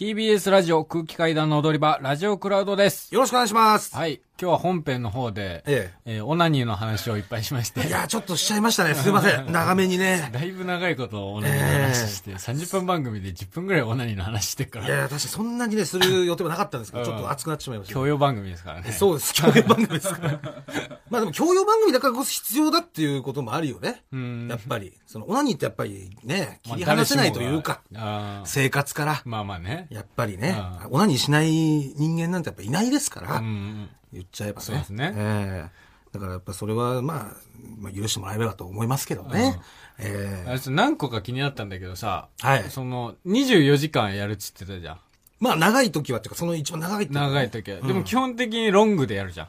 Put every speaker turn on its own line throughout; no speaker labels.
TBS ラジオ空気階段の踊り場、ラジオクラウドです。
よろしくお願いします。
はい。今日は本編の方で、
え
えーオナニーの話をいっぱいしまして
い、や、ちょっとしちゃいました ね。すいません。長めにね。
だいぶ長いことオナニーの話して、30分番組で10分ぐらいオナニーの話してか
い
ら、
や、確かにそんなにね、する予定もなかったんですけど、ちょっと熱くなってしまいました。
教養番組ですからね。
そうです。教養番組です から。まあでも、教養番組だからこそ必要だっていうこともあるよね。
ん
やっぱり。その、オナニーってやっぱりね、
まあ
切り離せないというか、
誰しもがあー
生活から。
まあまあね。
やっぱりね
あ、
オナニーしない人間なんてやっぱいないですから、
うん。
言っちゃえばね。
そうですね
ええだからやっぱそれは、まあ、まあ、許してもらえればと思いますけどね。え
あ
え
れちょっと何個か気になったんだけどさ、
はい
その、24時間やるっつってたじゃん。
まあ、長い時はっていうか、その一番長い時は
長い時は。でも基本的にロングでやるじゃん。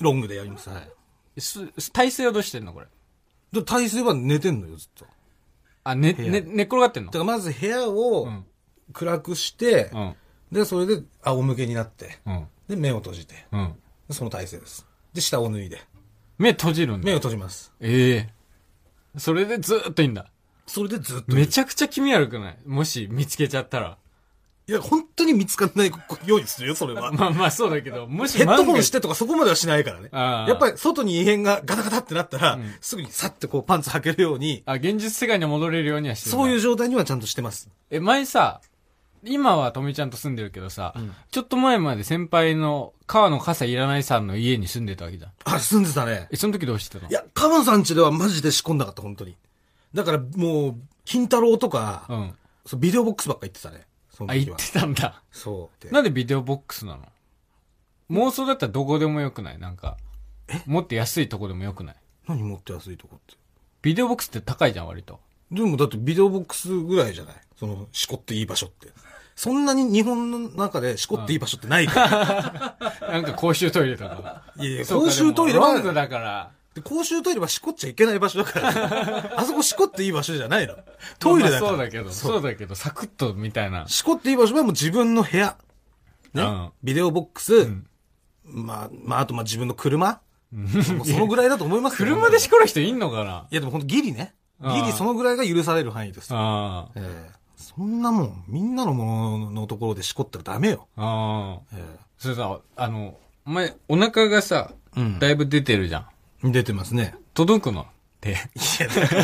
ロングでやります。はい。
す体勢はどうしてんのこれ。
で、体勢は寝てんのよ、ずっと。だ
あ、ね、
屋
ね、寝っ転がってんの
からまず部屋を
ん
暗くして、
うん。
で、それで仰向けになって、
うん。
で、目を閉じて、
うん。
でその体勢です。で、下を脱いで、
目閉じるんだ
目を。閉じます。
ええそれでずーっといいんだ。
それでずっといる。
めちゃくちゃ気味悪くないもし見つけちゃったら。
いや、本当に見つかんないようにするよ、それは。
まあまあそうだけど、もし
ヘッドホンし
して
とかそこまではしないからね。
ああ
やっぱり外に異変がガタガタってなったら、すぐにサッてこうパンツ履けるように、
あ、現実世界に戻れるようにはしてるんだ
そういう状態にはちゃんとしてます。
え、前さ、今はとみちゃんと住んでるけどさ、ちょっと前まで先輩の川野傘いらないさんの家に住んでたわけじゃん。
あ、住んでたね。
え、その時どうしてたの
いや、カバンさん家ではマジで仕込んだかった、本当に。だからもう、金太郎とか、
うん。
そうビデオボックスばっか行ってたね。その
あ、
時
言
は
っ。てたんだ。
そう。で
なんでビデオボックスなの妄想だったらどこでもよくないなんか。もっと安いとこでもよくない
何持って安いとこって。
ビデオボックスって高いじゃん、割と。
でもだってビデオボックスぐらいじゃないその、しこっていい場所って。そんなに日本の中でしこっていい場所ってないから。
なんか公衆トイレとか。
いやい や、
そうか
公衆トイレ
でもロング
は、
だから。
で公衆トイレはしこっちゃいけない場所 だから。あそこしこっていい場所じゃないの。トイレだから。
まあまあそうだけど、
そう
そうだけど、サクッとみたい な。
しこっていい場所はもう自分の部屋。ね。
うん
ビデオボックス。まあ、まあ、あとまあ自分の車。もうそのぐらいだと思いますよ
車でしこる人いんのかない
やでもほんとギリね。
ああ
ギリそのぐらいが許される範囲です。
ああ。
ええそんなもん、みんなのもののところでしこったらダメよ。
ああ。
え
それさ、あの、お前、お腹がさ、
うん
だいぶ出てるじゃん。
え出てますね。
届くのって。
いや、だか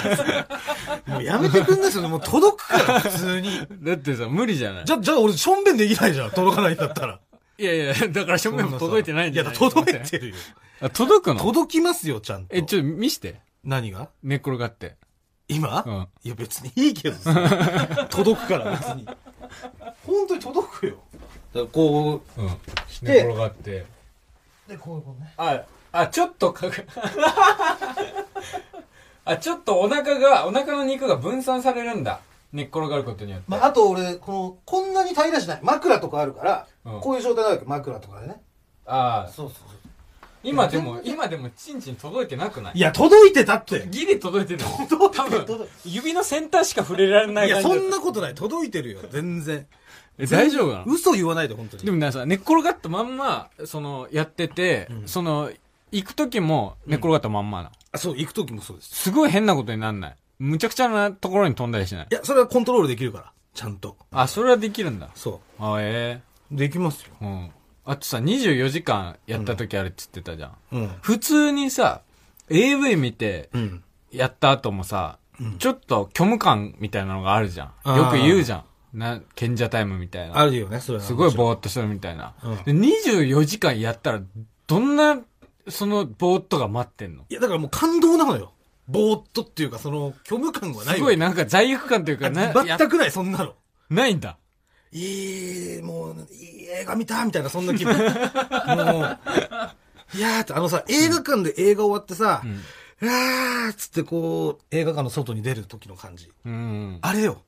ら もうやめてくんないですよ。もう届くから、普通に。
だってさ、無理じゃない
じゃ、じゃあ俺、しょんべんできないじゃん。届かないんだったら。
いやいや、だから正面も届いてないんじゃない
いや、届いてるよ。
あ、届くの
届きますよ、ちゃんと。
え、ちょ、見して。
何が
寝っ転がって。
今、
うん
いや別にいいけどさ届くから別に本当に届くよだからこ
うん。
て
寝っ転がって。
うでこういうことね
あ、あ、ちょっとかく、あ、ちょっとお腹が、お腹の肉が分散されるんだ。寝っ転がることによって。
まあ、あと俺このこんなに平らじゃない枕とかあるから、
うん
こういう状態なわけ枕とかでね
ああ、
そうそうそう
今でも、今でもチンチン届いてなくない
いや届いてたって
ギリ届いてるの
届い
多
てる
分
届い、
指の先端しか触れられない
いや
感じだ
そ
った
んなことない届いてるよ全然
え大丈夫なの
嘘言わないで本当に
でもなんかさ、寝っ転がったまんま、その、やってて、その、行く時も寝っ転がったまんまなの。
あそう行く時もそうです
すごい変なことになんない。むちゃくちゃなところに飛んだりしない
い。やそれはコントロールできるからちゃんと
あ、それはできるんだ。
そ
あ、ええ
うできますよ
うん。あとさ、24時間やった時あるって言ってたじゃん。
うん
普通にさ、AV 見て、
うん
やった後もさ、ちょっと虚無感みたいなのがあるじゃ
あ
ん。
ー
よく言うじゃん。な、賢者タイムみたい
あ
な。
るよねそれは
すごい
もちろん
ぼーっとするみたいな。
うん
で24時間やったら、どんな、そのぼーっとが待ってんの
いや、だからもう感動なのよ。ぼーっとっていうか、その、虚無感はない
す
よ
ごいなんか罪悪感というか、な、や
全くない、そんなの。
ないんだ。
いい、もう、いい映画見たみたいな、そんな 気分。もう、いやーって、あのさ、映画館で映画終わってさ、うわーっつってこう、映画館の外に出る時の感じ。
うん。
あれよ。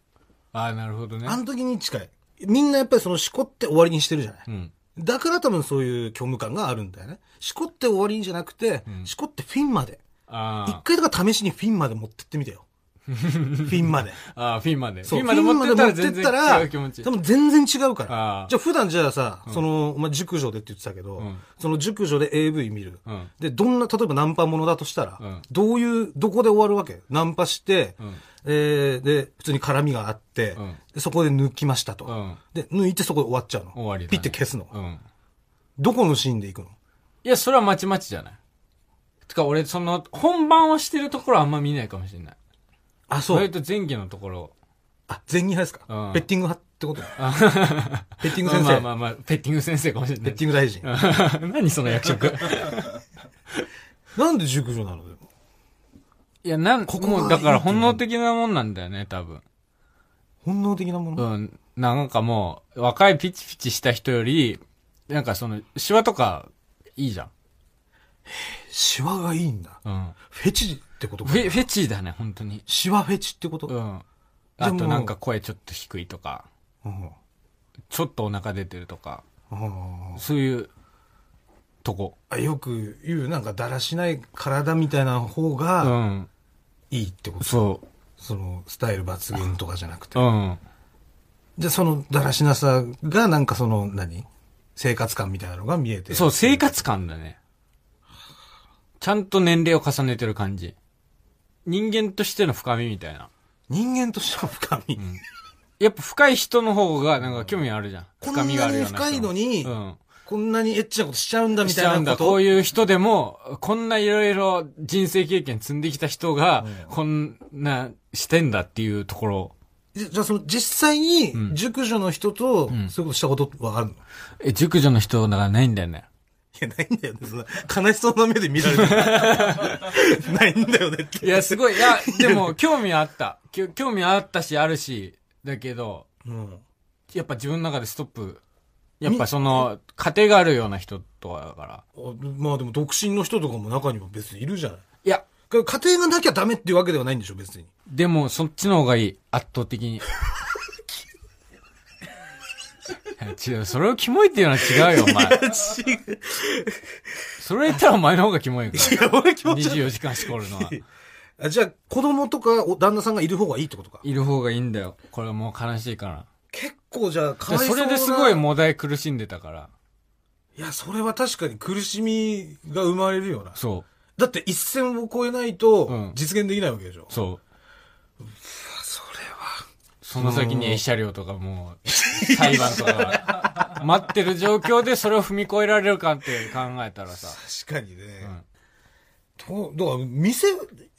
ああ、なるほどね。
あの時に近い。みんなやっぱりその、しこって終わりにしてるじゃない。
うん。
だから多分そういう虚無感があるんだよね。しこって終わりじゃなくて、しこってフィンまで。一
あ
回だから試しにフィンまで持ってって みてよ。フィンまで。
あ。ああ、フィンまで。フ
そう
ィンまで持ってったら全然違う気持ち
多。分全然違うから
あ。ー
じゃあ普段じゃあさ、その、まあ、熟女でって言ってたけど、
ん
その熟女で AV 見る。
うん
で、どんな、例えばナンパものだとしたら、
うん
どういう、どこで終わるわけナンパして、えーで、普通に絡みがあって、
うん
でそこで抜きましたと、
うん
で、抜いてそこで終わっちゃうの。
終わりだね
ピッて消すの。
うん。
どこのシーンで行くの
いや、それはまちまちじゃない。てか、俺、その、本番をしてるところはあんま見ないかもしれない。
あ、そ
割
う。
と前期のところ。
あ、前任派ですか、
うん
ペッティング派ってことペッティング
ま
先
あまあ
生。
まあまあ、ペッティング先生かもしれな
ペ
い
ッ。ティング 大臣。
何その役職
なんで熟女なのでも
いや、なん、
こ
こ
こ
こ
が
もうだから本能的なもんなんだよね、多分。
本能的なもの、
うん。なんかもう、若いピチピチした人より、なんかその、シワとか、いいじゃん。
シワがいいんだ。
うん。
フェチってことか
フ。ェ、フェチだね、本当に。
シワフェチってこと、
うん。
じゃあ
あ
もう
となんか声ちょっと低いとか、
うん
ちょっとお腹出てるとか、
うん
そういう、とこ。
あよく言う、なんかだらしない体みたいな方
う
が
ん。
いいってこと、
そ
その、スタイル抜群とかじゃなくて。
う。うん。
じゃあそのだらしなさが、なんかその、何生活感みたいなのが見えて。
そう、生活感だね。ちゃんと年齢を重ねてる感じ。人間としての深みみたいな。
人間としての深み。
やっぱ深い人の方がなんか興味あるじゃん。
こんな
深
に
みがあるような人
深いのに
うん。
こんなにエッチなことしちゃうんだみ
しちゃ
た
う
い
ん
な
だ。
こと
こ
を
ういう人でも、こんないろいろ人生経験積んできた人が、こんなしてんだっていうところ。
じじゃあその実際に
ん
熟女の人とそういうことしたことはあるの、い
え、熟女の人がないんだよね。
や、ないんだよね。そんな悲しそうな目で見られて るないんだよねって。
いや、すごい。いや、で も、興味はあった。きょ興味はあったし、あるし、だけど、
うん。
やっぱ自分の中でストップ。やっぱその、家庭があるような人とはだから。
あまあでも独身の人とかも中にも別にいるじゃない。
いや、
家庭がなきゃダメっていうわけではないんでしょ、別に。
でも、そっちの方がいい。圧倒的に。 いや違う、それをキモいっていうのは違うよ、お前。
違う。
それ言ったらお前の方がキモいか
いや、俺気
ら。
持ち悪い
24時間しこるのは。
あじゃあ、子供とかお旦那さんがいる方がいいってことか。
いる方がいいんだよ。これはもう悲しいから。
結構じゃあ、か
で
わいそ
そう
な
れですごいもだえ苦しんでたから。
いや、それは確かに苦しみが生まれるよな。
そ
だって一線を越えないと
うん
実現できないわけでしょ。
う、そう。
それは。
その先にエ車両とかもう、 裁判とか、待ってる状況でそれを踏み越えられるかって考えたらさ。
確かにね。
うん
とだから、店、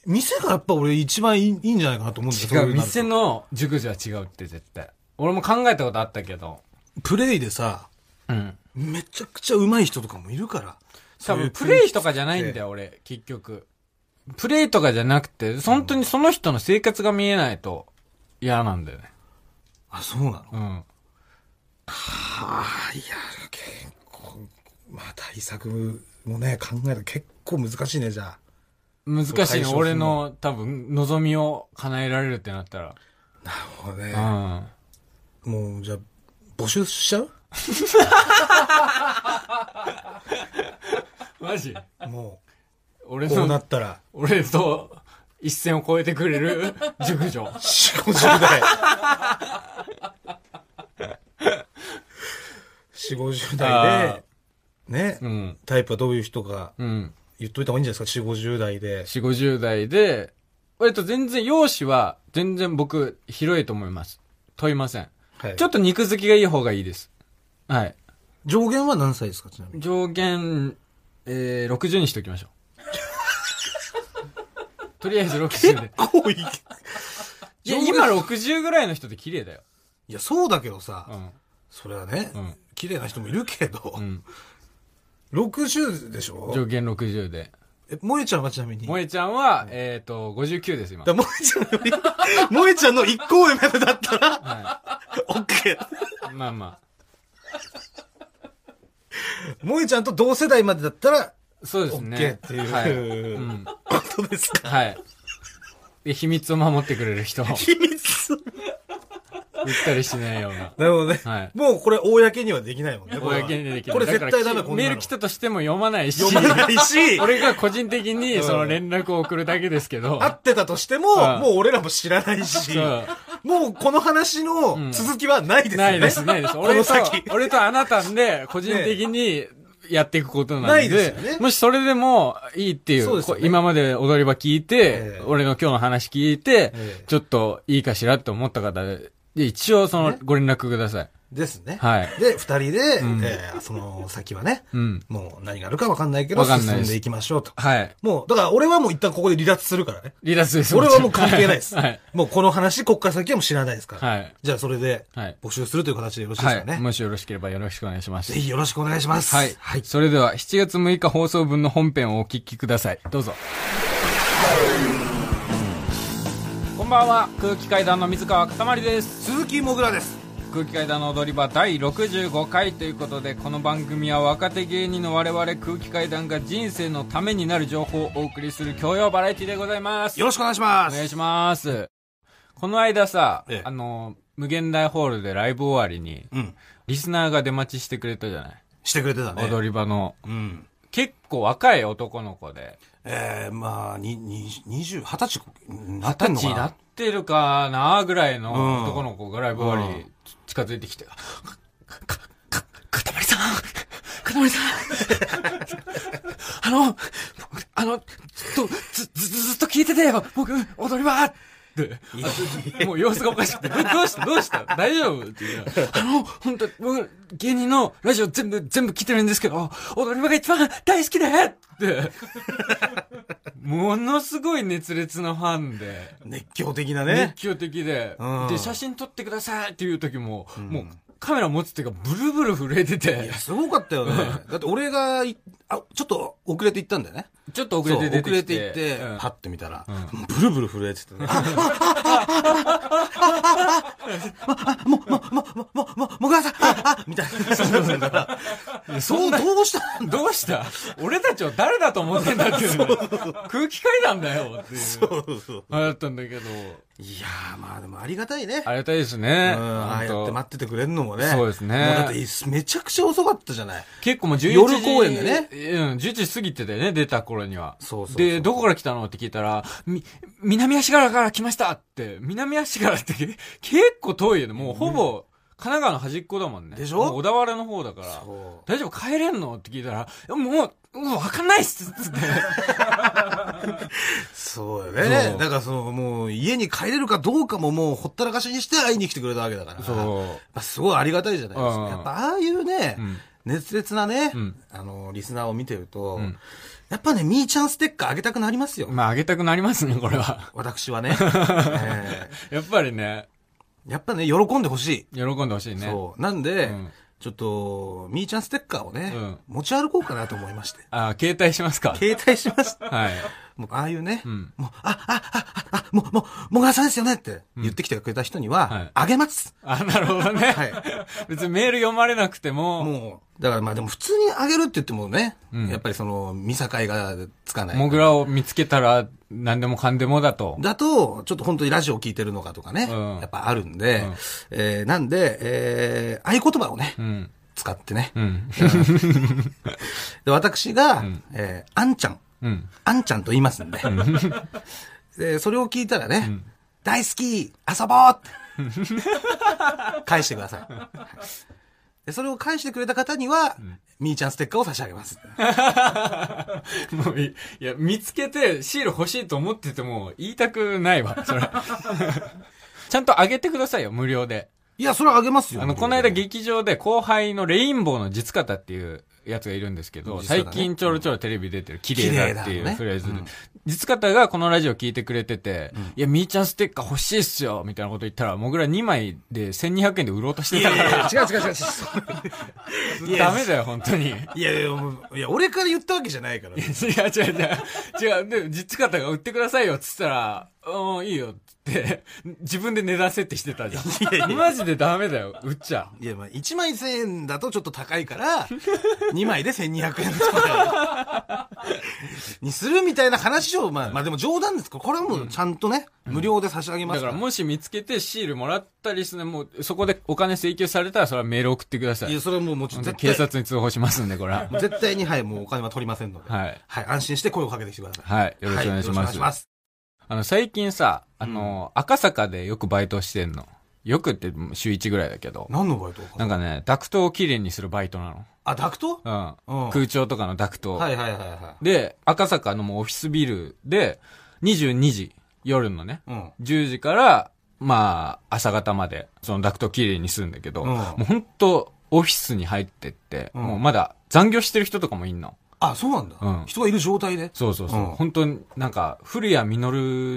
店がやっぱ俺一番いいいいんじゃないかなと思うんだよそう
違、
いううなると
店の熟女は違うって絶対。俺も考えたことあったけど。
プレイでさ、
うん。
めちゃくちゃ上手い人とかもいるから。
多
そうい
分
う
プレイとかじゃないんだよ、俺、結局。プレイとかじゃなくて、本当にその人の生活が見えないと嫌なんだよね。
あ、そうなの
うん。
ああ、いや、結構、まあ対策もね、考える結構難しいね、じゃあ。
難
そう
しい
対
ね。
処するの
俺の多分望みを叶えられるってなったら。
なるほど
う
ね。
ん。
もう、じゃあ、募集しちゃう
マジ
も
俺
う、こうな
の、
ったら、
俺と一線を越えてくれる熟女。
4、50代。4、50代で、ね、
うん。
タイプはどういう人か
うん。
言っといた方がいいんじゃないですか、4、50代で。
四五十代で、割と全然、容姿は全然僕、広いと思います。問いません。
はい
ちょっと肉付きがいい方がいいです。はい。
上限は何歳ですか、ちなみに。
上限、えー、60にしておきましょ う。とりあえず60で。
こういい。
いや、今60ぐらいの人って綺麗だよ。
いや、そうだけどさ、
うん。
それはね、
うん
綺麗な人もいるけど、
うん。
60でしょ
上限60で。
え、萌えちゃんはちなみに。
萌えちゃんは、えっ、ー、と、59です、今。
だから萌えちゃんの、萌えちゃんの一個上までだったら、
は
オッケー。
い。まあま
萌えちゃんと同世代までだったら、
あ。そうで
オ
す
ッ
ね。
ケーっていう、
はい。う
うん
ん。
ことですか。
はい。で、秘密を守ってくれる人。うっ
秘密。
たりしないような。
なるほどね。
はい
もうこれ、公にはできないもんね。これは
公にできない
これ絶対ダメ、
だから
こんなの
メール来たとしても読まないし。
読まない し、
俺が個人的にその連絡を送るだけですけど。
会ってたとしても、
うん
もう俺らも知らないし
そう、
もうこの話の続きはないですよね。
ないです、ないです。
この
俺と
先。、
俺とあなたんで、個人的にやっていくことなんで。
ないですよね
もしそれでもいいっていう、
そうですよね
こ今まで踊り場聞いて、
ええ
俺の今日の話聞いて、
ええ
ちょっといいかしらって思った方で、で一応その
ね
ご連絡ください。
ですね。
はい。
で、二人で、
うん
えーその先はね、
うん。
もう何があるか分かんないけど、
わかんない
進
で
ん
す
でいきましょうと。
はい。
もう、だから俺はもう一旦ここで離脱するからね。
離脱です。
俺はもう関係ないです。
はい。
もうこの話、こっから先はもう知らないですから。
はい。
じゃあそれで、
はい。
募集するという形でよろしいで
は
すかね。
い。もしよろしければよろしくお願いします
ぜ。ひよろしくお願いします。
はい。
はい。
それでは7月6日放送分の本編をお聞きください。どうぞ。こんばんは、空気階段の水川かたまりです。
鈴木もぐらです。
空気階段の踊り場第65回ということで、この番組は若手芸人の我々空気階段が人生のためになる情報をお送りする教養バラエティでございます。
よろしくお願いしま
お
す。
願いします。この間さ、
ええ
あの、無限大ホールでライブ終わりに、
うん。
リスナーが出待ちしてくれたじゃない、
してくれてたね。
踊り場の
うん。
結構若い男の子で、
えー、まあ、に、に、二十、二十歳、なって
タ
ん
ッ
の
チ
か
なっ
な
てるかなぐらい
うん
の男の子がライブ終わり、近づいてきて、か、か、かたまりさんかたまりさんあの、僕あの、ずっと、ず、ず、ずっと聞いててよ僕、踊りはって、もう様子がおかしくて、どうしたどうした大丈夫っていう。あの、本当僕、芸人のラジオ全部、全部聞いてるんですけど、踊り場が一番大好きでって、ものすごい熱烈なファンで。
熱狂的な
熱
ね。
狂的で、
うん
で、写真撮ってくださいっていう時も、
ん
もうカメラ持つっていうか、ブルブル震えて
い
て
や、、すごかったよね。だって俺がい、あ、ちょっと遅れて行ったんだよね。
ちょっと遅れて
そう
出て
遅
き
れ
て。
て行って、
うん
パッて見たら、
う
もうブルブル震えててね。あ、もう、もう、もう、もう、もう、もう、もぐらさん、あ、あ、みたいな。そう、どうしたんだ
どうした俺たちを誰だと思ってんだっていうね。空気階段だよっていう。
そうそう。
あれだったんだけど、
いやー、まあでもありがたいね。
ありがたいですね。
うんああ
本当
やって待っててくれるのもね。
そうですね
もうだって、めちゃくちゃ遅かったじゃない。
結構もう11時。
夜公演でね
うん、11時過ぎてたよね、出た頃には。
そうそうそう
で、どこから来たのって聞いたら、み、南足柄から来ましたって、南足柄ってけ結構遠いよね。もうほぼ、神奈川の端っこだもんね。
でしょ
もう小田原の方だから。
そ
大丈夫帰れんのって聞いたら、いやもう、もうわかんないっすつって。
う。そうよね
そ。う
だからその、もう家に帰れるかどうかももうほったらかしにして会いに来てくれたわけだから。やっ
そ
ぱすごいありがたいじゃないです
う
か。
ん
やっぱああいうね、
う。うん。
熱烈なね、
うん
あの、リスナーを見てると、
うん
やっぱね、みーちゃんステッカーあげたくなりますよ。
まあ、あげたくなりますね、これは。
私はね、え
やっぱりね、
ーやっぱね、喜んでほし
喜んでほしい
い。
ね。
そう。なんで、
うん
ちょっと、みーちゃんステッカーをね、
うん
持ち歩こうかなと思いまして。
あ、携帯しますか。
携帯しました。
はい。
もう、ああいうね、
うん
もう、あ、あ、あ、あ、あ、もう、もう、もぐらさんですよねって言ってきてくれた人には、
はい
あげます。
あ、なるほどね。
はい
別にメール読まれなくても、
もう、だからまあでも普通にあげるって言ってもね、
うん
やっぱりその、見境がつかない。
モグラを見つけたら何でもかんでもだと。
だと、ちょっと本当にラジオ聞いてるのかとかね、
うん
やっぱあるんで、
うん
えーなんで、えー合言葉をね、
うん。
使ってね。
うん。
で、私が、
うん
えーあんちゃん、
うん。
あんちゃんと言 いますんで、で、それを聞いたらね、
ん
大好き遊ぼうって返してください。で、それを返してくれた方には、みーちゃんステッカーを差し上げます。
もういい。いや、見つけてシール欲しいと思ってても言いたくないわ、それ。 ちゃんとあげてくださいよ、無料で。
いや、それはあげますよ。
あの、この間劇場で後輩のレインボーの実方っていうやつがいるんですけど、
実方ね
最近ちょろちょろテレビ出てる、綺麗だってい
綺麗だの
う
ね
フレーズで。
うん
実方がこのラジオ聞いてくれてて、いや、みーちゃんステッカー欲しいっすよみたいなこと言ったら、もぐら2枚で1200円で売ろうとして
い
た
や
か
い
ら、
やいや違う違う違う違う。いやいや
ダメだよ、本当に。
いやいやもう、いや、俺から言ったわけじゃないか ら
違。う違う違う。違う。で、実方が売ってくださいよっつったら、うん、いいよっつって、自分で値段設定してたじゃん。マジでダメだよ、売っちゃ。
いや、まあ、1枚1000円だとちょっと高 いから、2枚で1200円とか。にするみたいな話を、まあ、まあでも冗談ですから、これはもうちゃんとね、無料で差し上げま
だ
す
か
からら。
もし見つけてシールもらったりするもうそこでお金請求されたらそれはメール送ってくださ
いや、
い。
それはもうもちろん
本当
絶
に警
対、
察に通報しますんで、これは。
絶対に、はい、もうお金は取りませんので。
はい。
はい、安心して声をかけてきてください。
はい。よろしくお願いしま
はよろく
す。あの、最近さ、あの、赤坂でよくバイトしてんの。よくって週1ぐらいだけど。
何のバイトか
なんかね、ダクトをきれいにするバイトな
あ、ダクト
の。うん。
うん
空調とかのダクト。
はいはいはいは
で、赤坂のもうオフィスビルで、22時、夜のね、
い。うん。
10時から、まあ、朝方まで、そのダクトきれいにするんだけど、
うん
もう本当オフィスに入ってって、
うん
もうまだ残業してる人とかもいんの。
あ、そうなんだ。
うん
人がいる状態で。
そうそうそう。
うん
本当に、なんか、古谷実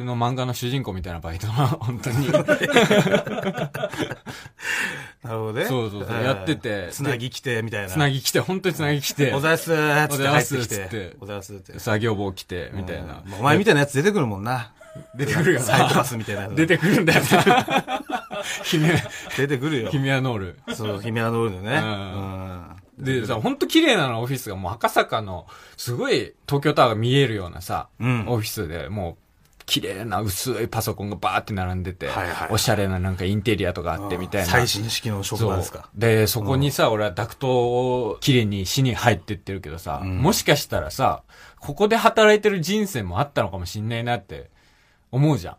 の漫画の主 人公みたいなバイトな、本当 に。
なるほどね。
そうそうそう
えー
やってて
つなぎ来て、みたいな。
つなぎ来て、本当につなぎ来て
お、ざやすーっつっ
お
て入ってき
ざやすーっつって
て。おざやすーっつって。
作業帽着て、みたいな
うん。お前みたいなやつ出てくるもんな。
出てくるよな
サイコパスみたいなやつ。
出てくるんだよな。 姫、
出てくるよ。
姫はノール。
そう、姫アドールのね。
う
うん。
で、さ、ほんと綺麗なのオフィスがもう赤坂の、すごい東京タワーが見えるようなさ、
うん
オフィスで、もう、綺麗な薄いパソコンがバーって並んでて、
はいはい
おしゃれななんかインテリアとかあってみたいな。
最新式の職場ですか
そ。うで、そこにさ、俺はダクトを綺麗にしに入ってってるけどさ、
うん
もしかしたらさ、ここで働いてる人生もあったのかもしんないなって思うじゃん。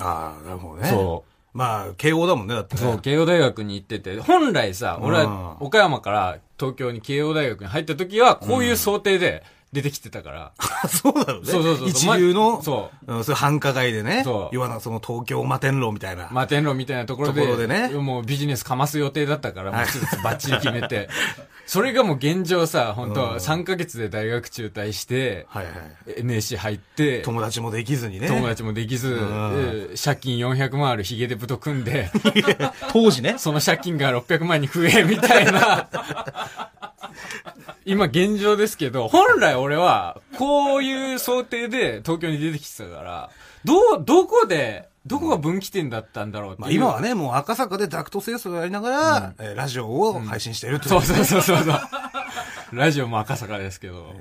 ああ、なるほどね。。
そう
まあ、慶応だもんね、だってね。
そう、慶応大学に行ってて、本来さ、俺は
うん
岡山から東京に慶応大学に入った時は、こういう想定で出てきてた から。
そうだろうね。
そうそうそう。
一流
ま
の、
そ
うん、そういう繁華街でね。
そう
要はな、その東京摩天楼みたい
う。
な。
摩天楼みたいなところで、
ところでね
もうビジネスかます予定だった から、もうちょっとバッチリ決めて。それがもう現状さ、本当
うん
3ヶ月で大学中退して、
はいはい。
NSC 入って、
友達もできずにね。
友達もできず、え
ん
ー借金400万あるヒゲでぶと組んで、
当時ね。
その借金が600万に増え、みたいな。今現状ですけど、本来俺は、こういう想定で東京に出てきてたから、どう、どこで、どこが分岐点だったんだろうって
まあ
いう。
今はね、もう赤坂でダクト清掃をやりながら、えーラジオを配信してるって
そう
う
そうそうそうそう。ラジオも赤坂ですけど。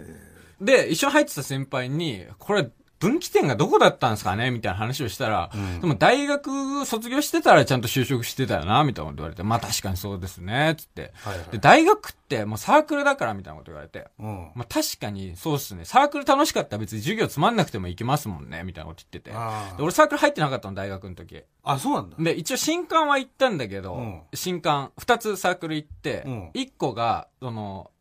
で、一緒に入ってた先輩に、これ、分岐点がどこだったんですかねみたいな話をしたら、でも大学卒業してたらちゃんと就職してたよなみたいなこと言われて、まあ確かにそうですね、つって。
はいはい
で、大学ってもうサークルだからみたいなこと言われて、
うん。
まあ確かにそうっすね。サークル楽しかったら別に授業つまんなくても行けますもんね、みたいなこと言ってて。
あ
で
ー
俺サークル入ってなかったの、大学の時。
あ、そうなんだ。
で、一応新刊は行ったんだけど、
うん
新刊、二つサークル行って、
うん
一個が、その、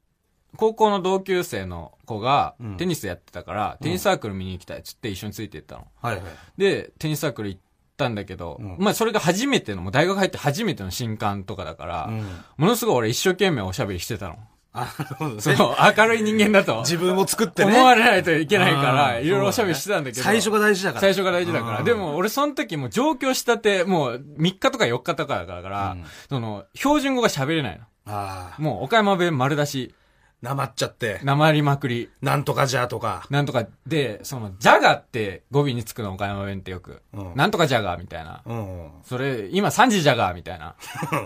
高校の同級生の子が
うん
テニスやってたから、テニスサークル見に行きたいっつって一緒について行ったの。
はいはい。
で、テニスサークル行ったんだけど、
うん
まあそれが初めての、もう大学入って初めての新刊とかだから、
うん。
ものすごい俺一生懸命おしゃべりしてたの。
あ、なるほどね
その、明るい人間だと。
自分を作ってね。
思われないといけないか
あ
ら、
ー
いろいろおしゃべりしてたんだけど。
最初が大事だから。
最初が大事だか
う
ら。
ん
で、も、俺その時もう上京したて、もう3日とか4日とかだから、
うん
その、標準語が喋れないの。
ああ、
もう、岡山弁丸出し、
なまっちゃって、
なまりまくり、
なんとかじゃとか。
なんとかで、その、ジャガって語尾につくの、岡山弁ってよく。
うん
なんとかジャガーみたいな。
うん。うん。
それ、今3時ジャガーみたい な。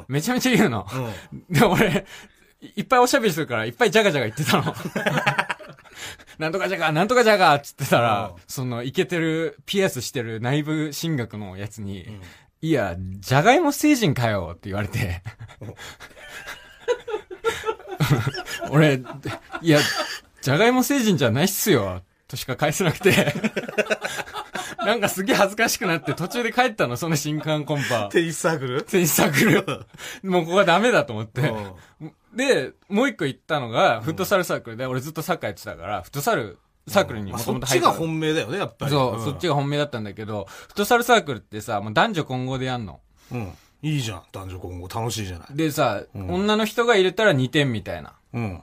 めちゃめちゃ言うの。で、俺、いいっぱいおしゃべりするから、いっぱいジャガジャガ言ってた の。なんとかジャガー、なんとかジャガーっつってたら
うん、
その、イケてる、ピアスしてる内部進学のやつに、
ん
いや、ジャガイモ星人かよって言われて。俺、いや、ジャガイモ星人じゃないっすよ、としか返せなくて。なんかすげえ恥ずかしくなって、途中で帰ったの、その新刊コン パ。
テニスサークル
テニスサークル。もうここはダメだと思って。
う
で、もう一個行ったのが、フットサルサークルで、俺ずっとサッカーやってたから、フットサルサークル
ん
に
まあ
もと
そ
も
っ
と入
ち
ってた
が本命だよね、やっぱり。
そう、
ん
そっち。が本命だったんだけど、フットサルサークルってさ、もう男女混合でやんの。
うん。いいじゃん。男女混合楽しいじゃない。
でさ、
うん
女の人が入れたら2点みたいな
うん。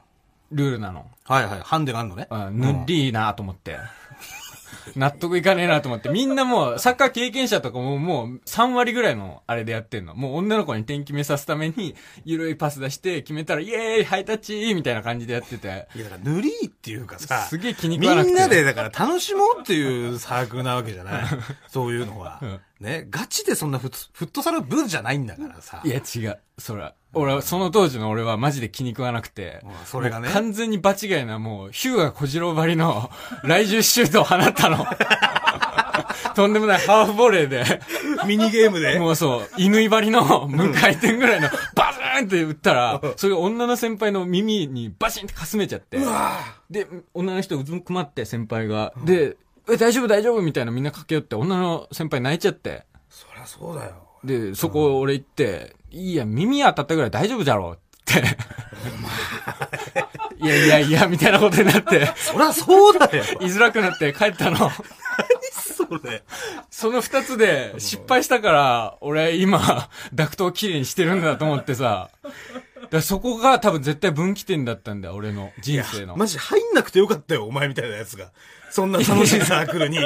ルールなの。
はいはい。ハンデがあるのね。
あぬりーなと思って。 納得いかねえなと思って。みんなもう、サッカー経験者とかももう3割ぐらいのあれでやってんの。もう女の子に点決めさすために、ゆるいパス出して、決めたら、イエーイハイタッチみたいな感じでやってて。
いや、だから、塗りーっていうかさ、
すげえ気に
み
食わなくて。
んなでだから楽しもうっていうサークルなわけじ ゃない。そういうのは
ん。
ね、ガチでそんなフッフットサル部じゃないんだからさ。
いや、違う。そら。俺は、その当時の俺はマジで気に食わなくて
うん。それがね
もう完全に場違いな、もう、ヒューガ小次郎張りの、 来重シュートを放ったの。 とんでもないハーフボレーで、
ミニゲームで。
もうそう、犬い張りの無回転ぐらい の、バズーンって打ったら、それが女の先輩の耳にバシンってかすめちゃって。
あ
で、女の人うずくまって、先輩が。で、え、大丈夫大丈夫みたいなみんな駆け寄って、女の先輩泣いちゃって。
そりゃそうだよ。
で、そこ俺行って、いいや、耳当たったぐらい大丈夫だろうって。いやいやいや、みたいなことになって、
そりゃそ うだよ。
居づらくなって帰ったの。
それ。
その二つで失敗したから、俺今、ダクトをきれいにしてるんだと思ってさ。だからそこが多分絶対分岐点だったんだよ、俺の人生の。
マジ入んなくてよかったよ、お前みたいなやつが。そんな楽しいサーク ルに、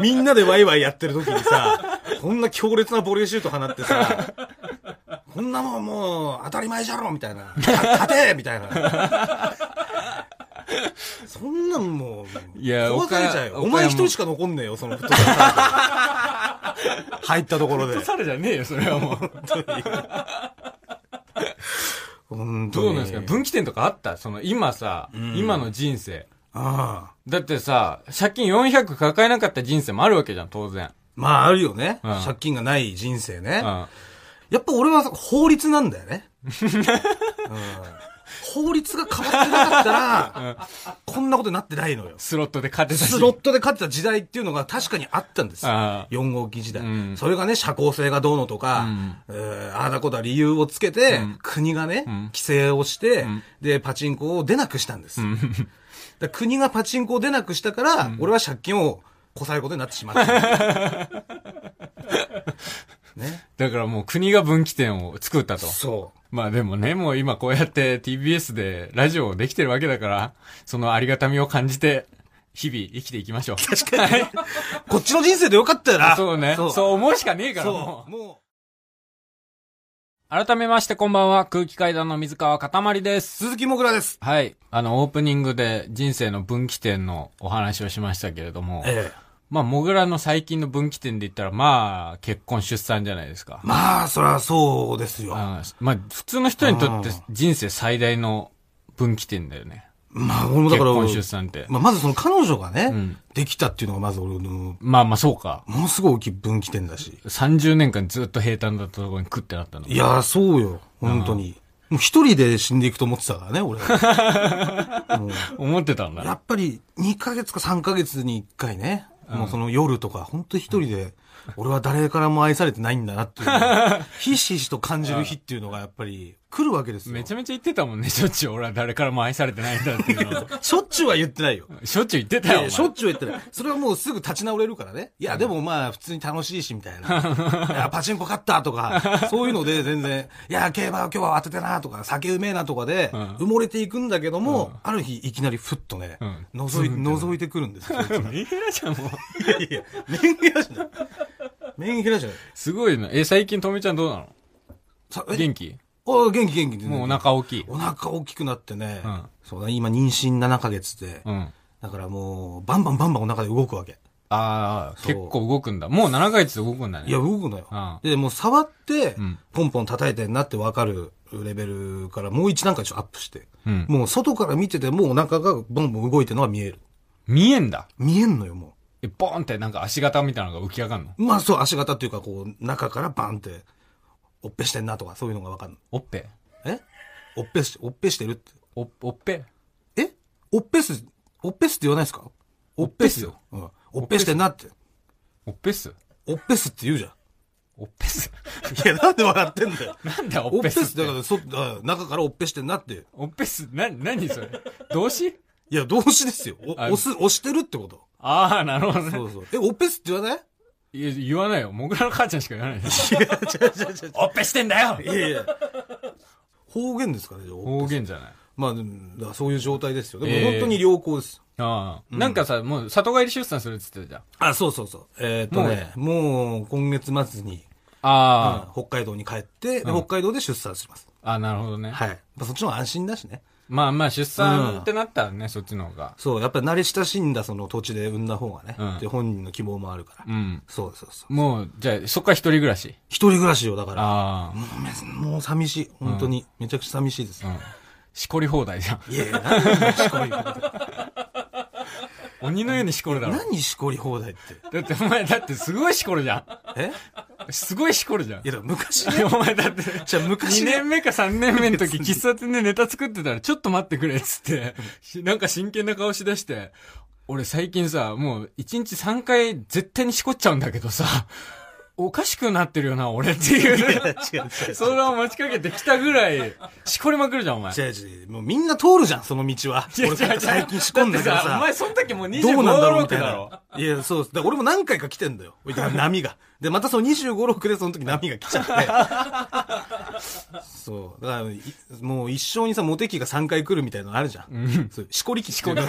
みんなでワイワイやってる時にさ、こんな強烈なボレーシュート放ってさ、こんなもんもう当たり前じゃろみたいな。た勝てみたいな。そんなんもう、
いや
壊されちゃうよ。
岡山
お前一人しか残んねえよ、そのフットサルサークル入ったところで。
サルじゃねえよ、それはもう。
本当に
どうなんですか分岐点とかあったその今さ、今の人生。
ああ。
だってさ、借金400抱えなかった人生もあるわけじゃん、当然。
まあ、あるよね、
うん
借金がない人生ね。
うん。
やっぱ俺は法律なんだ よね。うん法律が変わってなかったら、こんなことになってないのよ。
スロットで勝てたし。
スロットで勝ってた時代っていうのが確かにあったんですよ。
ああ
4号機時代、
うん
それがね、社交性がどうのとか、えーああだこうだ理由をつけて、国がね、規制をして、で、パチンコを出なくしたんです。だから国がパチンコを出なくしたから、俺は借金をこさえることになって しまった。ね。
だからもう国が分岐点を作ったと。
そう。
まあでもね、もう今こうやって TBS でラジオをできてるわけだから、そのありがたみを感じて、日々生きていきまし ょう。確かに。
こっちの人生でよかったよな。
そうね。
そう。
そう思うしかねえから、も
そうう。。も
改めましてこんばんは、空気階段の水川かたまりで
う、
す。
鈴木もぐらです。
はい。あの、オープニングで人生の分岐点のお話をしましたけれども、
ええ。
まあ、モグラの最近の分岐点で言ったら、まあ、結婚出産じゃないですか。
まあ、そりゃそうですよ。
あーまあ、普通の人にとって
あ
人生最大の分岐点だよね。
まあ、俺もだ
結
から、
婚出産って。
まあ、まずその彼女がね、
ん
できたっていうのがまず俺の、
まあまあ、そうか。
ものすごい大きい分岐点だし。
30年間ずっと平坦だったところにクってなったの。
いやー、そうよ。本当に。もう一人で死んでいくと思ってたからね、俺。
思ってたん
や
だ。
っぱり、2ヶ月か3ヶ月に1回ね、もうその夜とか、本当一人で、俺は誰からも愛されてないんだなっていうのを、ひしひしと感じる日っていうのがやっぱり来るわけですよ。
めちゃめちゃ言ってたもんね、しょっちゅう。俺は誰からも愛されてないんだっていうのを。
しょっちゅうは言ってないよ。
しょっちゅう言って
い
た
や
よ。お前
いやしょっちゅう言ってない。それはもうすぐ立ち直れるからね。いや、でもまあ、普通に楽しいし、み たいな。いや、パチンコ勝ったとか、そういうので全然、いや、競馬今日は当ててなとか、酒うめえなとかで、埋もれていくんだけども、ある日いきなりふっとね、
ん
覗い、覗いてくるんですよ。い
メンヘラじゃん、もう。
やいや、メンヘラじゃない。メンヘラじゃない。
すごいな。え、最近とめちゃんどうなの
さえ
元気
あ元気元気。
もうお腹大きい。
お腹大きくなってね、
うん
そうだ、今妊娠7ヶ月で、
うん。
だからもう、バンバンバンバンお腹で動くわけ。
ああ、
そう
結構動くんだ。もう7ヶ月で動くんだね。
いや、動くのよ。
う
で、もう触って
ん、
ポンポン叩いてんなってわかるレベルからもう一段階ちょっとアップして。
うん
もう外から見ててもうお腹がボンボン動いてるのが見える。
見えんだ。
見えんのよ、も
え、ボーンってなんか足型みたいなのが浮き上がるの
う。まあそう、足型っていうかこう、中からバンって、おっぺしてんなとかそういうのがわかるの。
おっぺ
えおっぺし、おっぺしてるって。
お、おっぺ
えおっぺす、おっぺすって言わないですかおっぺすよ。うん。おっぺしてんなって。
おっぺっす
おっぺすって言うじゃん。
おっぺっす
いや、なんで笑ってんだよ。
なんだよ
お
お
っ
っ
ぺ
ぺっ
す
す
だ
っ
か
て。
ら、そ、あ中からおっぺしてんなって。
おっぺっすな、なにそ れ動詞
いや、動詞ですよ。お、
あ
押す、押してるってこと。
ああ、なるほど
そ
ね。
うそう。え、オペスって言わない
いや言わないよ。もぐらの母ちゃんしか言わない。おっぺしてんだよ
いやいや。方言ですかね、じゃあお
方言じゃない。
まあ、でもだからそういう状態ですよ。でも、
えー
本当に良好です。
ああ。なんかさ、もう里帰り出産するって言ってたじゃん。
あ、そうそうそう。えーっとね、もう、今月末に、
あ
北海道に帰って、で北海道で出産します。
あ。ああ、なるほどね。
はい。まあ、そっちの方が安心だしね。
まあまあ、出産ってなったらね、そっちの方が。
そう、やっぱり慣れ親しんだその土地で産んだ方がね、
うん
で本人の希望もあるから。
うん。
そうそうそう。
もう、じゃあ、そっから一人暮らし。
一人暮らしよ、だから。
ああ。
もう寂しい。本当に。めちゃくちゃ寂しいです。
うん。しこり放題じ ゃん。
いやいや、何しこり放題。
鬼のようにしこるだろ。
何しこり放題っ
だ
て。
ってお前、だってすごいしこるじゃ
え
ん。すごいしこるじゃん
い。や、だから昔 ね、
お前だって、
じゃあ昔
2
ね、
年目か3年目の 時、喫茶店でネタ作ってたら、ちょっと待ってくれっつって、しなんか真剣な顔しだして、俺最近さ、もう1日3回絶対にしこっちゃうんだけどさ、おかしくなってるよな、俺っていう。
違う違う。
それは持ちかけてきたぐらい、しこりまくるじゃん、お前。
違う違う。もうみんな通るじゃん、その道は。
いや
俺最近仕込んだけど
だってお
さ。
前その時もう25
どうなんだろうみたい
だろ
な。いや、そうです。だから俺も何回か来てんだよ。波が。で、またその25、6でその時波が来ち ゃって。そう。だからい、もう一生にさ、モテ期が3回来るみたいなのあるじゃん。そうしこり期しこりね、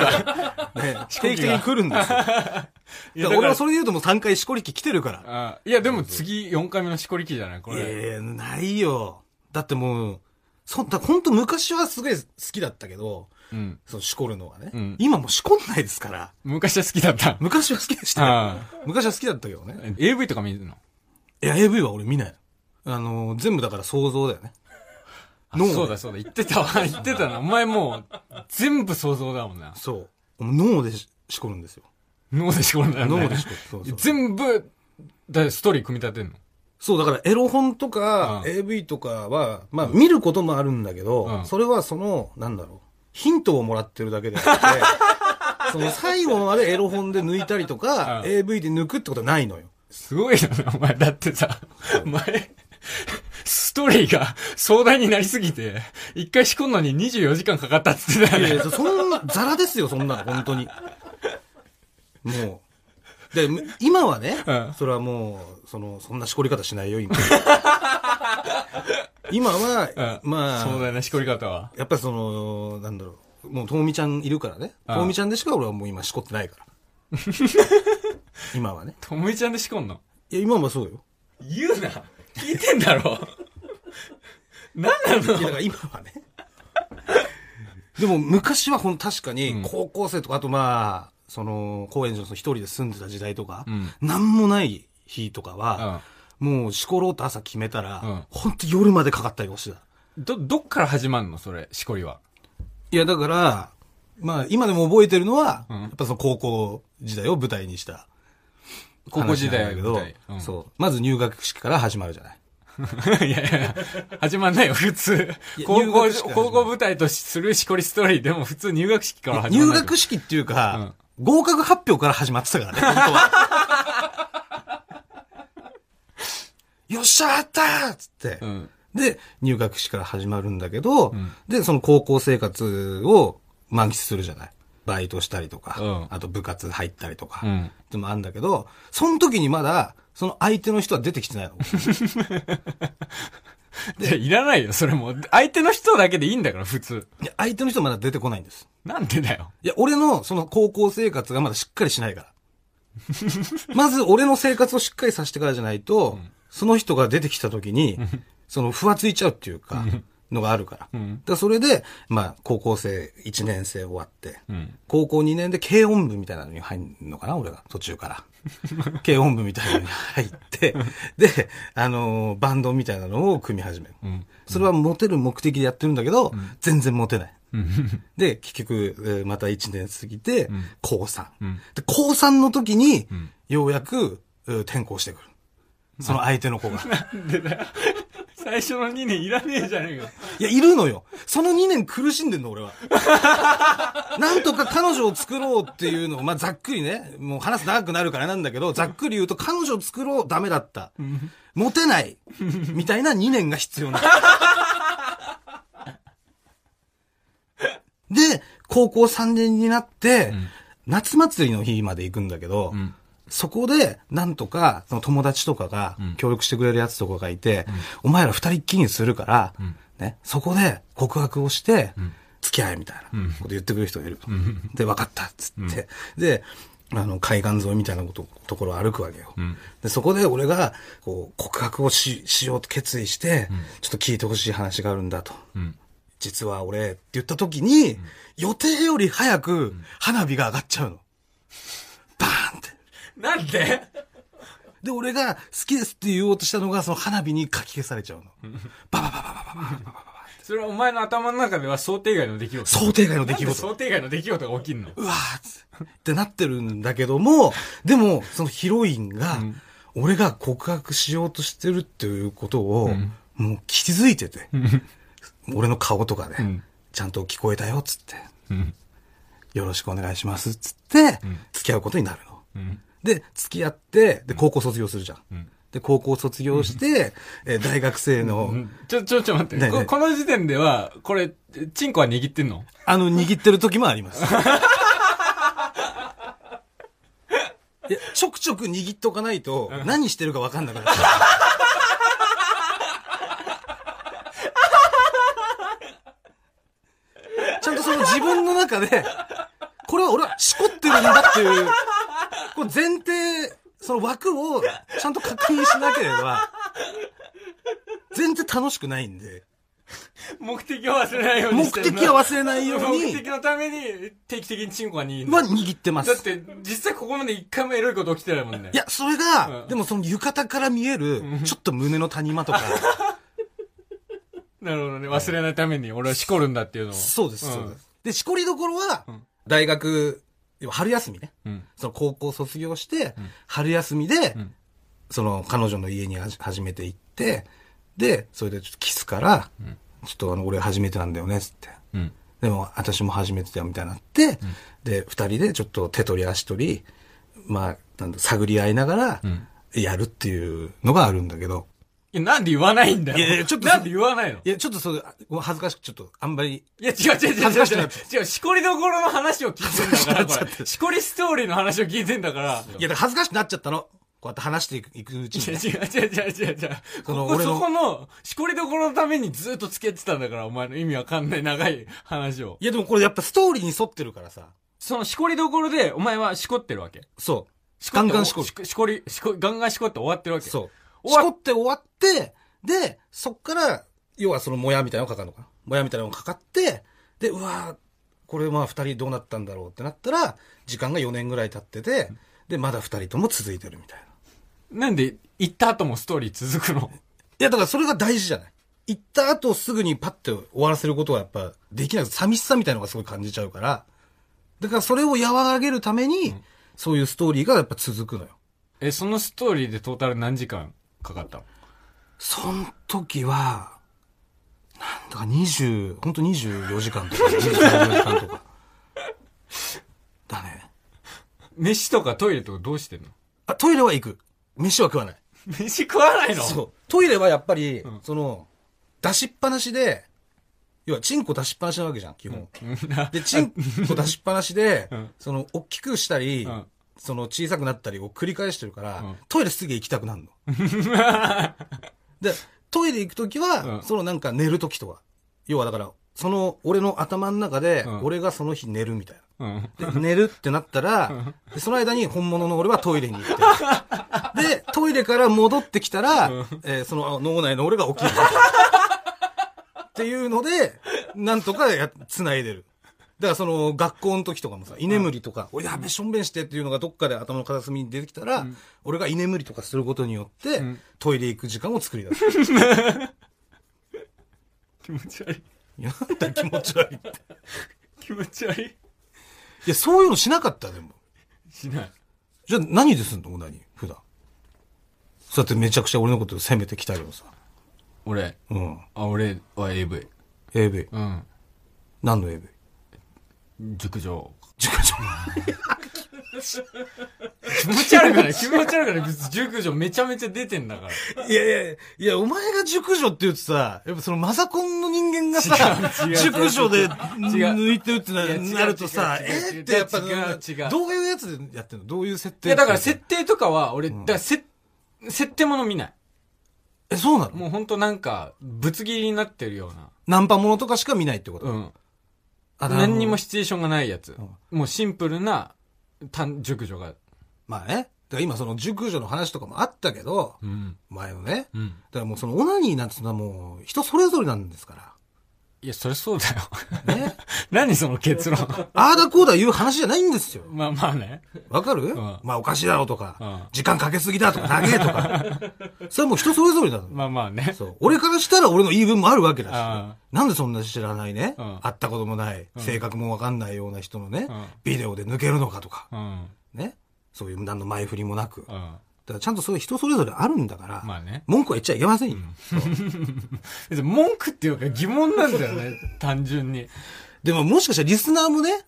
定期的に来るんですよ。だか
いやだ
ら
から
俺はそれで言うともう3回しこり期来てるから。
あいや、でも次4回目のしこり機じゃないこ
い
れ。
やないよ。だってもう、そ、だ本当昔はすごい好きだったけど、
うん。
そのしこるのはね。
うん
今もうしこんないですから。
昔は好きだった。
昔は好きでしたよ
あ
昔は好きだったけどね。
AV とか見るの
いや、AV は俺見ない。あのー、全部だから想像だよね。
あ
脳
そうだそうだ、言ってたわ、 言ってたな。お前もう、全部想像だもんな。
そう。脳でししこるんですよ。
脳でしこるんだよね
脳でしこるそうそう
全部、だストーリー組み立てんの
そう、だからエロ本とか
うん
AV とかは、まあ見ることもあるんだけど、
うん
それはその、なんだろう、ヒントをもらってるだけであ って、その最後までエロ本で抜いたりと
う
か、
ん
AV で抜くってことはないのよ。
すごいよな、お前。だってさ、お前、ストーリーが壮大になりすぎて、一回仕込んのに24時間かかったって言ってた
い
よ
やい
ね。
や、そそんな、ザラですよ、そんなの、本当に。もう。で、む今はね、
うん
それはもう、その、そんなしこり方しないよ、 今。今は、
うん
ま
壮
あ、
大なしこり方は。
やっぱりその、なんだろう、もう、ともみちゃんいるからね。
うん
ともみちゃんでしか俺はもう今しこってな いから。今はね。
ともいちゃんで仕込んの
いや、今はそうよ。
言うな聞いてんだ ろ何ない
や、だから今はね。でも、昔はほん確か
うん
に、高校生とか、あとまあ、その、高円寺のその一人で住んでた時代とか、
うん
なんもない日とかは、
の
もう、しころうと朝決めたら、
うん
ほんと夜までかかったりもしてた。
ど、どっから始まんのそれ、しこりは。
いや、だから、まあ、今でも覚えてるのは、
うん
やっぱその高校時代を舞台にした。
高校時代は
だけ
舞
ど
台、うん
そう。まず入学式から始まるじゃない。
いやいや、始まんないよ、普通。
や
高
入
校
学式、から始ま
高
る
校舞台とするしこりストーリーでも普通入学式から始ま
入
る。
学式っていうか、合格発表から始まってた からね、本当は。よっしゃーやったーっつって、
うん。
で、入学式から始まるんだけど、
ん
で、その高校生活を満喫するじゃない。バイトしたりとか、
うん
あと部活入ったりとか、
うん
でもあるんだけど、その時にまだ、その相手の人は出てきてな いの。
いやいらないよ、それも。相手の人だけでいいんだから、普通。
いや相手の人まだ出てこないんです。
なんでだよ。
いや、俺のその高校生活がまだしっかりしな いから。まず俺の生活をしっかりさせてからじゃないと、その人が出てきた時に、そのふわついちゃうっていうか、のがあるから。だからそれで、まあ、高校生1年生終わって、
うん。
高校2年で軽音部みたいなのに入るのかな俺が、途 中から。軽音部みたいなのに入って、で、あのーバンドみたいなのを組み始める。
うん。
それはモテる目的でやってるんだけど、全然モテない。
うん。
で、結局、えーまた1年過ぎて、高3、
ん
で、高3の時に、
ん
ようやく、えー転校してくる。その相手の子が。
でだよ。最初の2年いらねえじゃねえか。
いや、いるのよ。その2年苦しんでんの、俺は。なんとか彼女を作ろうっていうのを、まあ、ざっくりね、もう話す長くなるからなんだけど、ざっくり言うと、彼女を作ろう、ダメだった。モテない。みたいな2年が必要なの。で、高校3年になって、夏祭りの日まで行くんだけど、
ん
そこで、なんとか、その友達とかが
ん、
協力してくれるやつとかがいて、お前ら二人っきりにするから、ね、そこで告白をして、付き合えみたいなこと言ってくる人がいると。で、分かったっつって、で、あの、海岸沿いみたいなこと、ところを歩くわけよ。で、そこで俺が、こう、告白をし、しようと決意して、ちょっと聞いてほしい話があるんだと。
うん。
実は俺って言った時に、予定より早く花火が上がっちゃうの。バーンって。
なんで
で、俺が好きですって言おうとしたのが、その花火にかき消されちゃうの。 ババババババババババ
それはお前の頭の中では想定外の出来事。
想定外の出
なん
来
で
事。
想定外の出来事が起きんの
うわーっつってなってるんだけども、でも、そのヒロインが、俺が告白しようとしてるっていうことを、もう気づいてて、俺の顔とかで、
ん
ちゃんと聞こえたよ、つって。
うん。
よろしくお願いします、つって、付き合うことになるの。で、付き合って、で、高校卒業するじゃん。
ん
で、高校卒業して、えー大学生の、
ちょ、ちょ、ちょ、待って。
ねえね
こ
え
この時点では、これ、チンコは握ってんの
あの、握ってる時もあります。いやちょくちょく握っとかないと、何してるか分かんなくなっちゃう。ちゃんとその自分の中で、これは俺はしこってるんだっていう、こう前提、その枠をちゃんと確認しなければ、全然楽しくないんで、
目的を忘れないように
目
して
的は忘れないよう
目
に
的、のために、定期的にチンコは握るの。
は握ってます
だっ。て、実際ここまで一回もエロいこと起きてないもんね。
いや、それが、
うん
でもその浴衣から見える、ちょっと胸の谷 間とか、
なるほどね。忘れないために俺はしこるんだっていうのを。
そうです、そうで
ん
す。で、しこりどころは
ん、
大学、要は春休みね。
うん。
その高校卒業して、春休みで
ん、
その彼女の家にはじ初めて行って、で、それでちょっとキスから、ちょっとあの、俺初めてなんだよね、つって。
うん。
でも、私も初めてだよ、みたいになって、で、二人でちょっと手取り足取り、まあ、なんだ、探り合いながら、やるっていうのがあるんだけど、
いや、なんで言わないんだよ。
いやいやちょっと
なんで言わないの
いや、ちょっとそれ、あ恥ずかしく、ちょっと、あんまり、
いや、違う違う違う
恥ず
違
かしく
う
な
違
っ
う。違う、しこりどころの話を聞いてんだから、
恥ず
こ
かしくなっちゃ
れ。しこりストーリーの話を聞いてんだから。
いや、だから恥ずかしくなっちゃったの。こうやって話していくいくうち
違う
に。
違う違う違う違う違う。こ
その
こ
俺の
そこの、しこりどころのためにずっと付き合ってたんだから、お前の意味わかんない長い話を。
いや、でもこれやっぱストーリーに沿ってるからさ。
そのしこりどころで、お前はしこってるわけ。
そ
しこ
ガ
って
ンガンしこる
ししこり、しこ、ガンガンしこって終わってるわ
う。
け。
そう。し
終わ
こって終わって、で、そっから、要はそのもやみたいなのかかるのかな。もやみたいなのがかかって、で、うわーこれまあ二人どうなったんだろうってなったら、時間が4年ぐらい経ってて、で、まだ二人とも続いてるみたいな。
なんで、行った後もストーリー続くの
いや、だからそれが大事じゃない。行った後すぐにパッて終わらせることはやっぱできない。寂しさみたいなのがすごい感じちゃうから。だからそれを和らげるために、そういうストーリーがやっぱ続くのよ。
え、そのストーリーでトータル何時間かかったの
その時は、なんだか20、ほんと24時間とか、24時間とか。だね。
飯とかトイレとかどうしてんの
あ、トイレは行く。飯は食わない。
飯食わないの
そう。トイレはやっぱり、
ん
その、出しっぱなしで、要は、チンコ出しっぱなしなわけじゃん、基本。で、チンコ出しっぱなし で、
ん
その、大きくしたり、
うん
その、小さくなったりを繰り返してるから、
うん
トイレすぐ行きたくなる の。で、トイレ行くときは、
うん
そのなんか寝るときとか。要はだから、その、俺の頭の中で、
うん
俺がその日寝るみたい
う
な。
ん。
で寝るってなったら、でその間に本物の俺はトイレに行って。で、トイレから戻ってきたら、えーその脳内の俺が起きる。っていうので、なんとかや、繋いでる。だからその学校の時とかもさ、居眠りとか、おいやべ、しょんべんしてっていうのがどっかで頭の片隅に出てきたら、俺が居眠りとかすることによって、
ん
トイレ行く時間を作り出す。
気持ち悪い。
いや、なんだ気持ち悪いって。い
気持ち悪い。
や、そういうのしなかった、でも。
しない。
じゃあ何ですんの何普段。そうやってめちゃくちゃ俺のこと責めてきたけどさ。
俺、
うん。
あ、俺は AV。
AV。
うん。
何の AV?
熟女。
塾長。
気持ち悪いから、気持ち悪いから、熟女めちゃめちゃ出てんだから。
いやいや、いや、お前が熟女って言うとさ、やっぱそのマザコンの人間がさ
違う違う、
熟女で
違う
抜いてるってない
や違う
なるとさ、
違う違う
えってやっぱ、
違う違う
どういうやつでやってんのどういう設
い
定
や、だから設定とかは、俺、だから設、設定もの見ない。
え、そうなの
もうほんとなんか、ぶつ切りになってるような。
ナンパものとかしか見ないってこと
うん。
あなるほど
何にもシチュエーションがないやつ
ん。
もうシンプルな、単、熟女が。
まあね。だから今その熟女の話とかもあったけど、
うん。
前のね。
うん。
だからもうそのオナニーなんてのはもう人それぞれなんですか
いや、そりゃそうだよ。
ら。ね。
何その結 論。
ああだこうだ言う話じゃないんですよ。
まあまあね。
わかる、
ん
まあおかしいだろうと
う
か
ん、
時間かけすぎだとか、長えと か。それはもう人それぞれだの。
まあまあね。
そう。俺からしたら俺の言い分もあるわけだし
あ。
なんでそんな知らないね、
うん
会ったこともない、性格もわかんないような人のね、
うん
ビデオで抜けるのかとか、
うん。
ね。そういう何の前振りもなく。
う
だか
ん。
らちゃんとそういう人それぞれあるんだから、
まあね。
文句は言っちゃいけませんよ。
別に文句っていうか疑問なんだよね。 単純に。
でももしかしたらリスナーもね、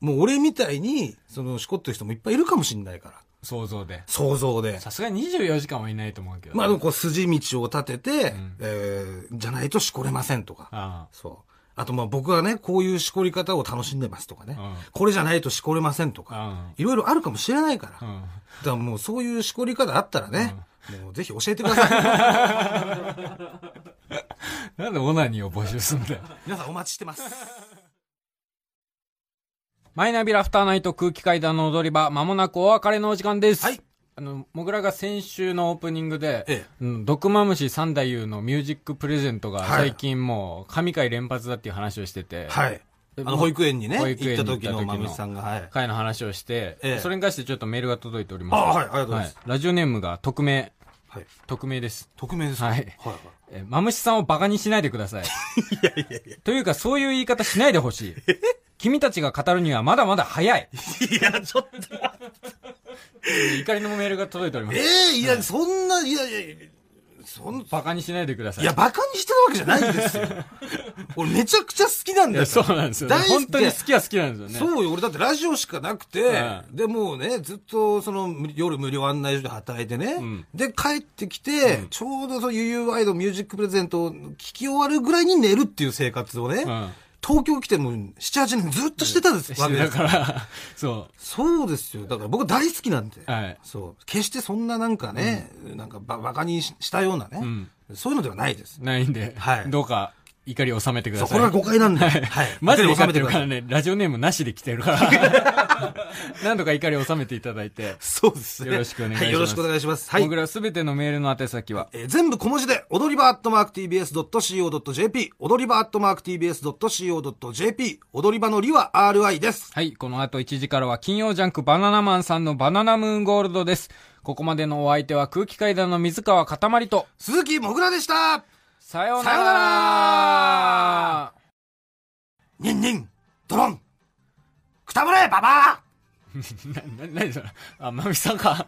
もう俺みたいに、その、しこってる人もいっぱいいるかもしれないから。
想像で。
想像で。
さすがに24時間はいないと思うけど。
まあ
あ
でもこう筋道を立てて、
ん
えーじゃないとしこれませんとか。
あ
そう。あとまあ僕はね、こういうしこり方を楽しんでますとかね。
うん
これじゃないとしこれませんとか。
あ。
いろいろあるかもしれないから。
うん。うん。
だからもうそういうしこり方あったらね、もうぜひ教えてくだ さい。
なんでオナニーを募集すんだよ。
皆さんお待ちしてます。
マイナビラフターナイト空気階段の踊り場、まもなくお別れのお時間です。
はい。
あの、もぐらが先週のオープニングで、
え
うん、毒マムシ三太夫のミュージックプレゼントが
はい
最近もう、神回連発だっていう話をしてて、
はい。あ
で
の、保育園にね、
保
行
育園
っ
に
た
行った
時
時
の
の
まむしさんが、はい。
回の話をして、
ええ
それに関してちょっとメールが届いており
あ、
ます。
はい、ありがとうございます。
はいラジオネームが匿名、
はい。
匿名です。
匿名ですか
はい
はい。
え、マムシさんをバカにしないでくだ さい。いやいやいや。というか、そういう言い方しないでほしい。君たちが語るにはまだまだ早い。
いや、ちょっと、
怒りのメールが届いておりま
え
す。
えいや、そんな、いやいやいや、そん、
バカにしないでください。
いや、バカにしてるわけじゃないんで すよ。俺めちゃくちゃ好きなん
い
だ
や
よ。
そうなんですよ、ね。
大好き
本当に好きは好きなんですよね。
そうよ、俺だってラジオしかなくて、
う
で、もうね、ずっとそのむ夜無料案内所で働いてね、
ん
で、帰ってきて、ちょうどその UUI のミュージックプレゼントを聞き終わるぐらいに寝るっていう生活をね、
ん
東京来てもう7、8年ずっとしてたんです、わけで
だ
す
から、 そ
そうですよ。だから僕大好きなんで。
はい
そう。決してそんななんかね、なんかばバカにししたようなね、
ん
そういうのではないです
う、。ないんで、
はい
どうか怒りを収めてくだ
そう、
さ
こ
い。
れは誤解なん で。はい。
マジで
収
収
め
め
て
て
く
るか
ださい
らね、ラジオネームなしで来てる から。 何度か怒りを収めていただいて。
そうですね。
よろしくお願いします
はよろしくお願いします。はい
僕。らすべてのメールの宛先は、
えー全部小文字で、踊り場アットマーク TBS.CO.JP、踊り場アットマーク TBS.CO.JP、踊り場のりは RI です。
はい、この後1時からは金曜ジャンクバナナマンさんのバナナムーンゴールドです。ここまでのお相手は空気階段の水川かたまりと、
鈴木もぐらでした
さような
さようなら
ら
ニンニン、ドロン、くたぶれ、ババア
な、な、なにそれあ、まみさんか。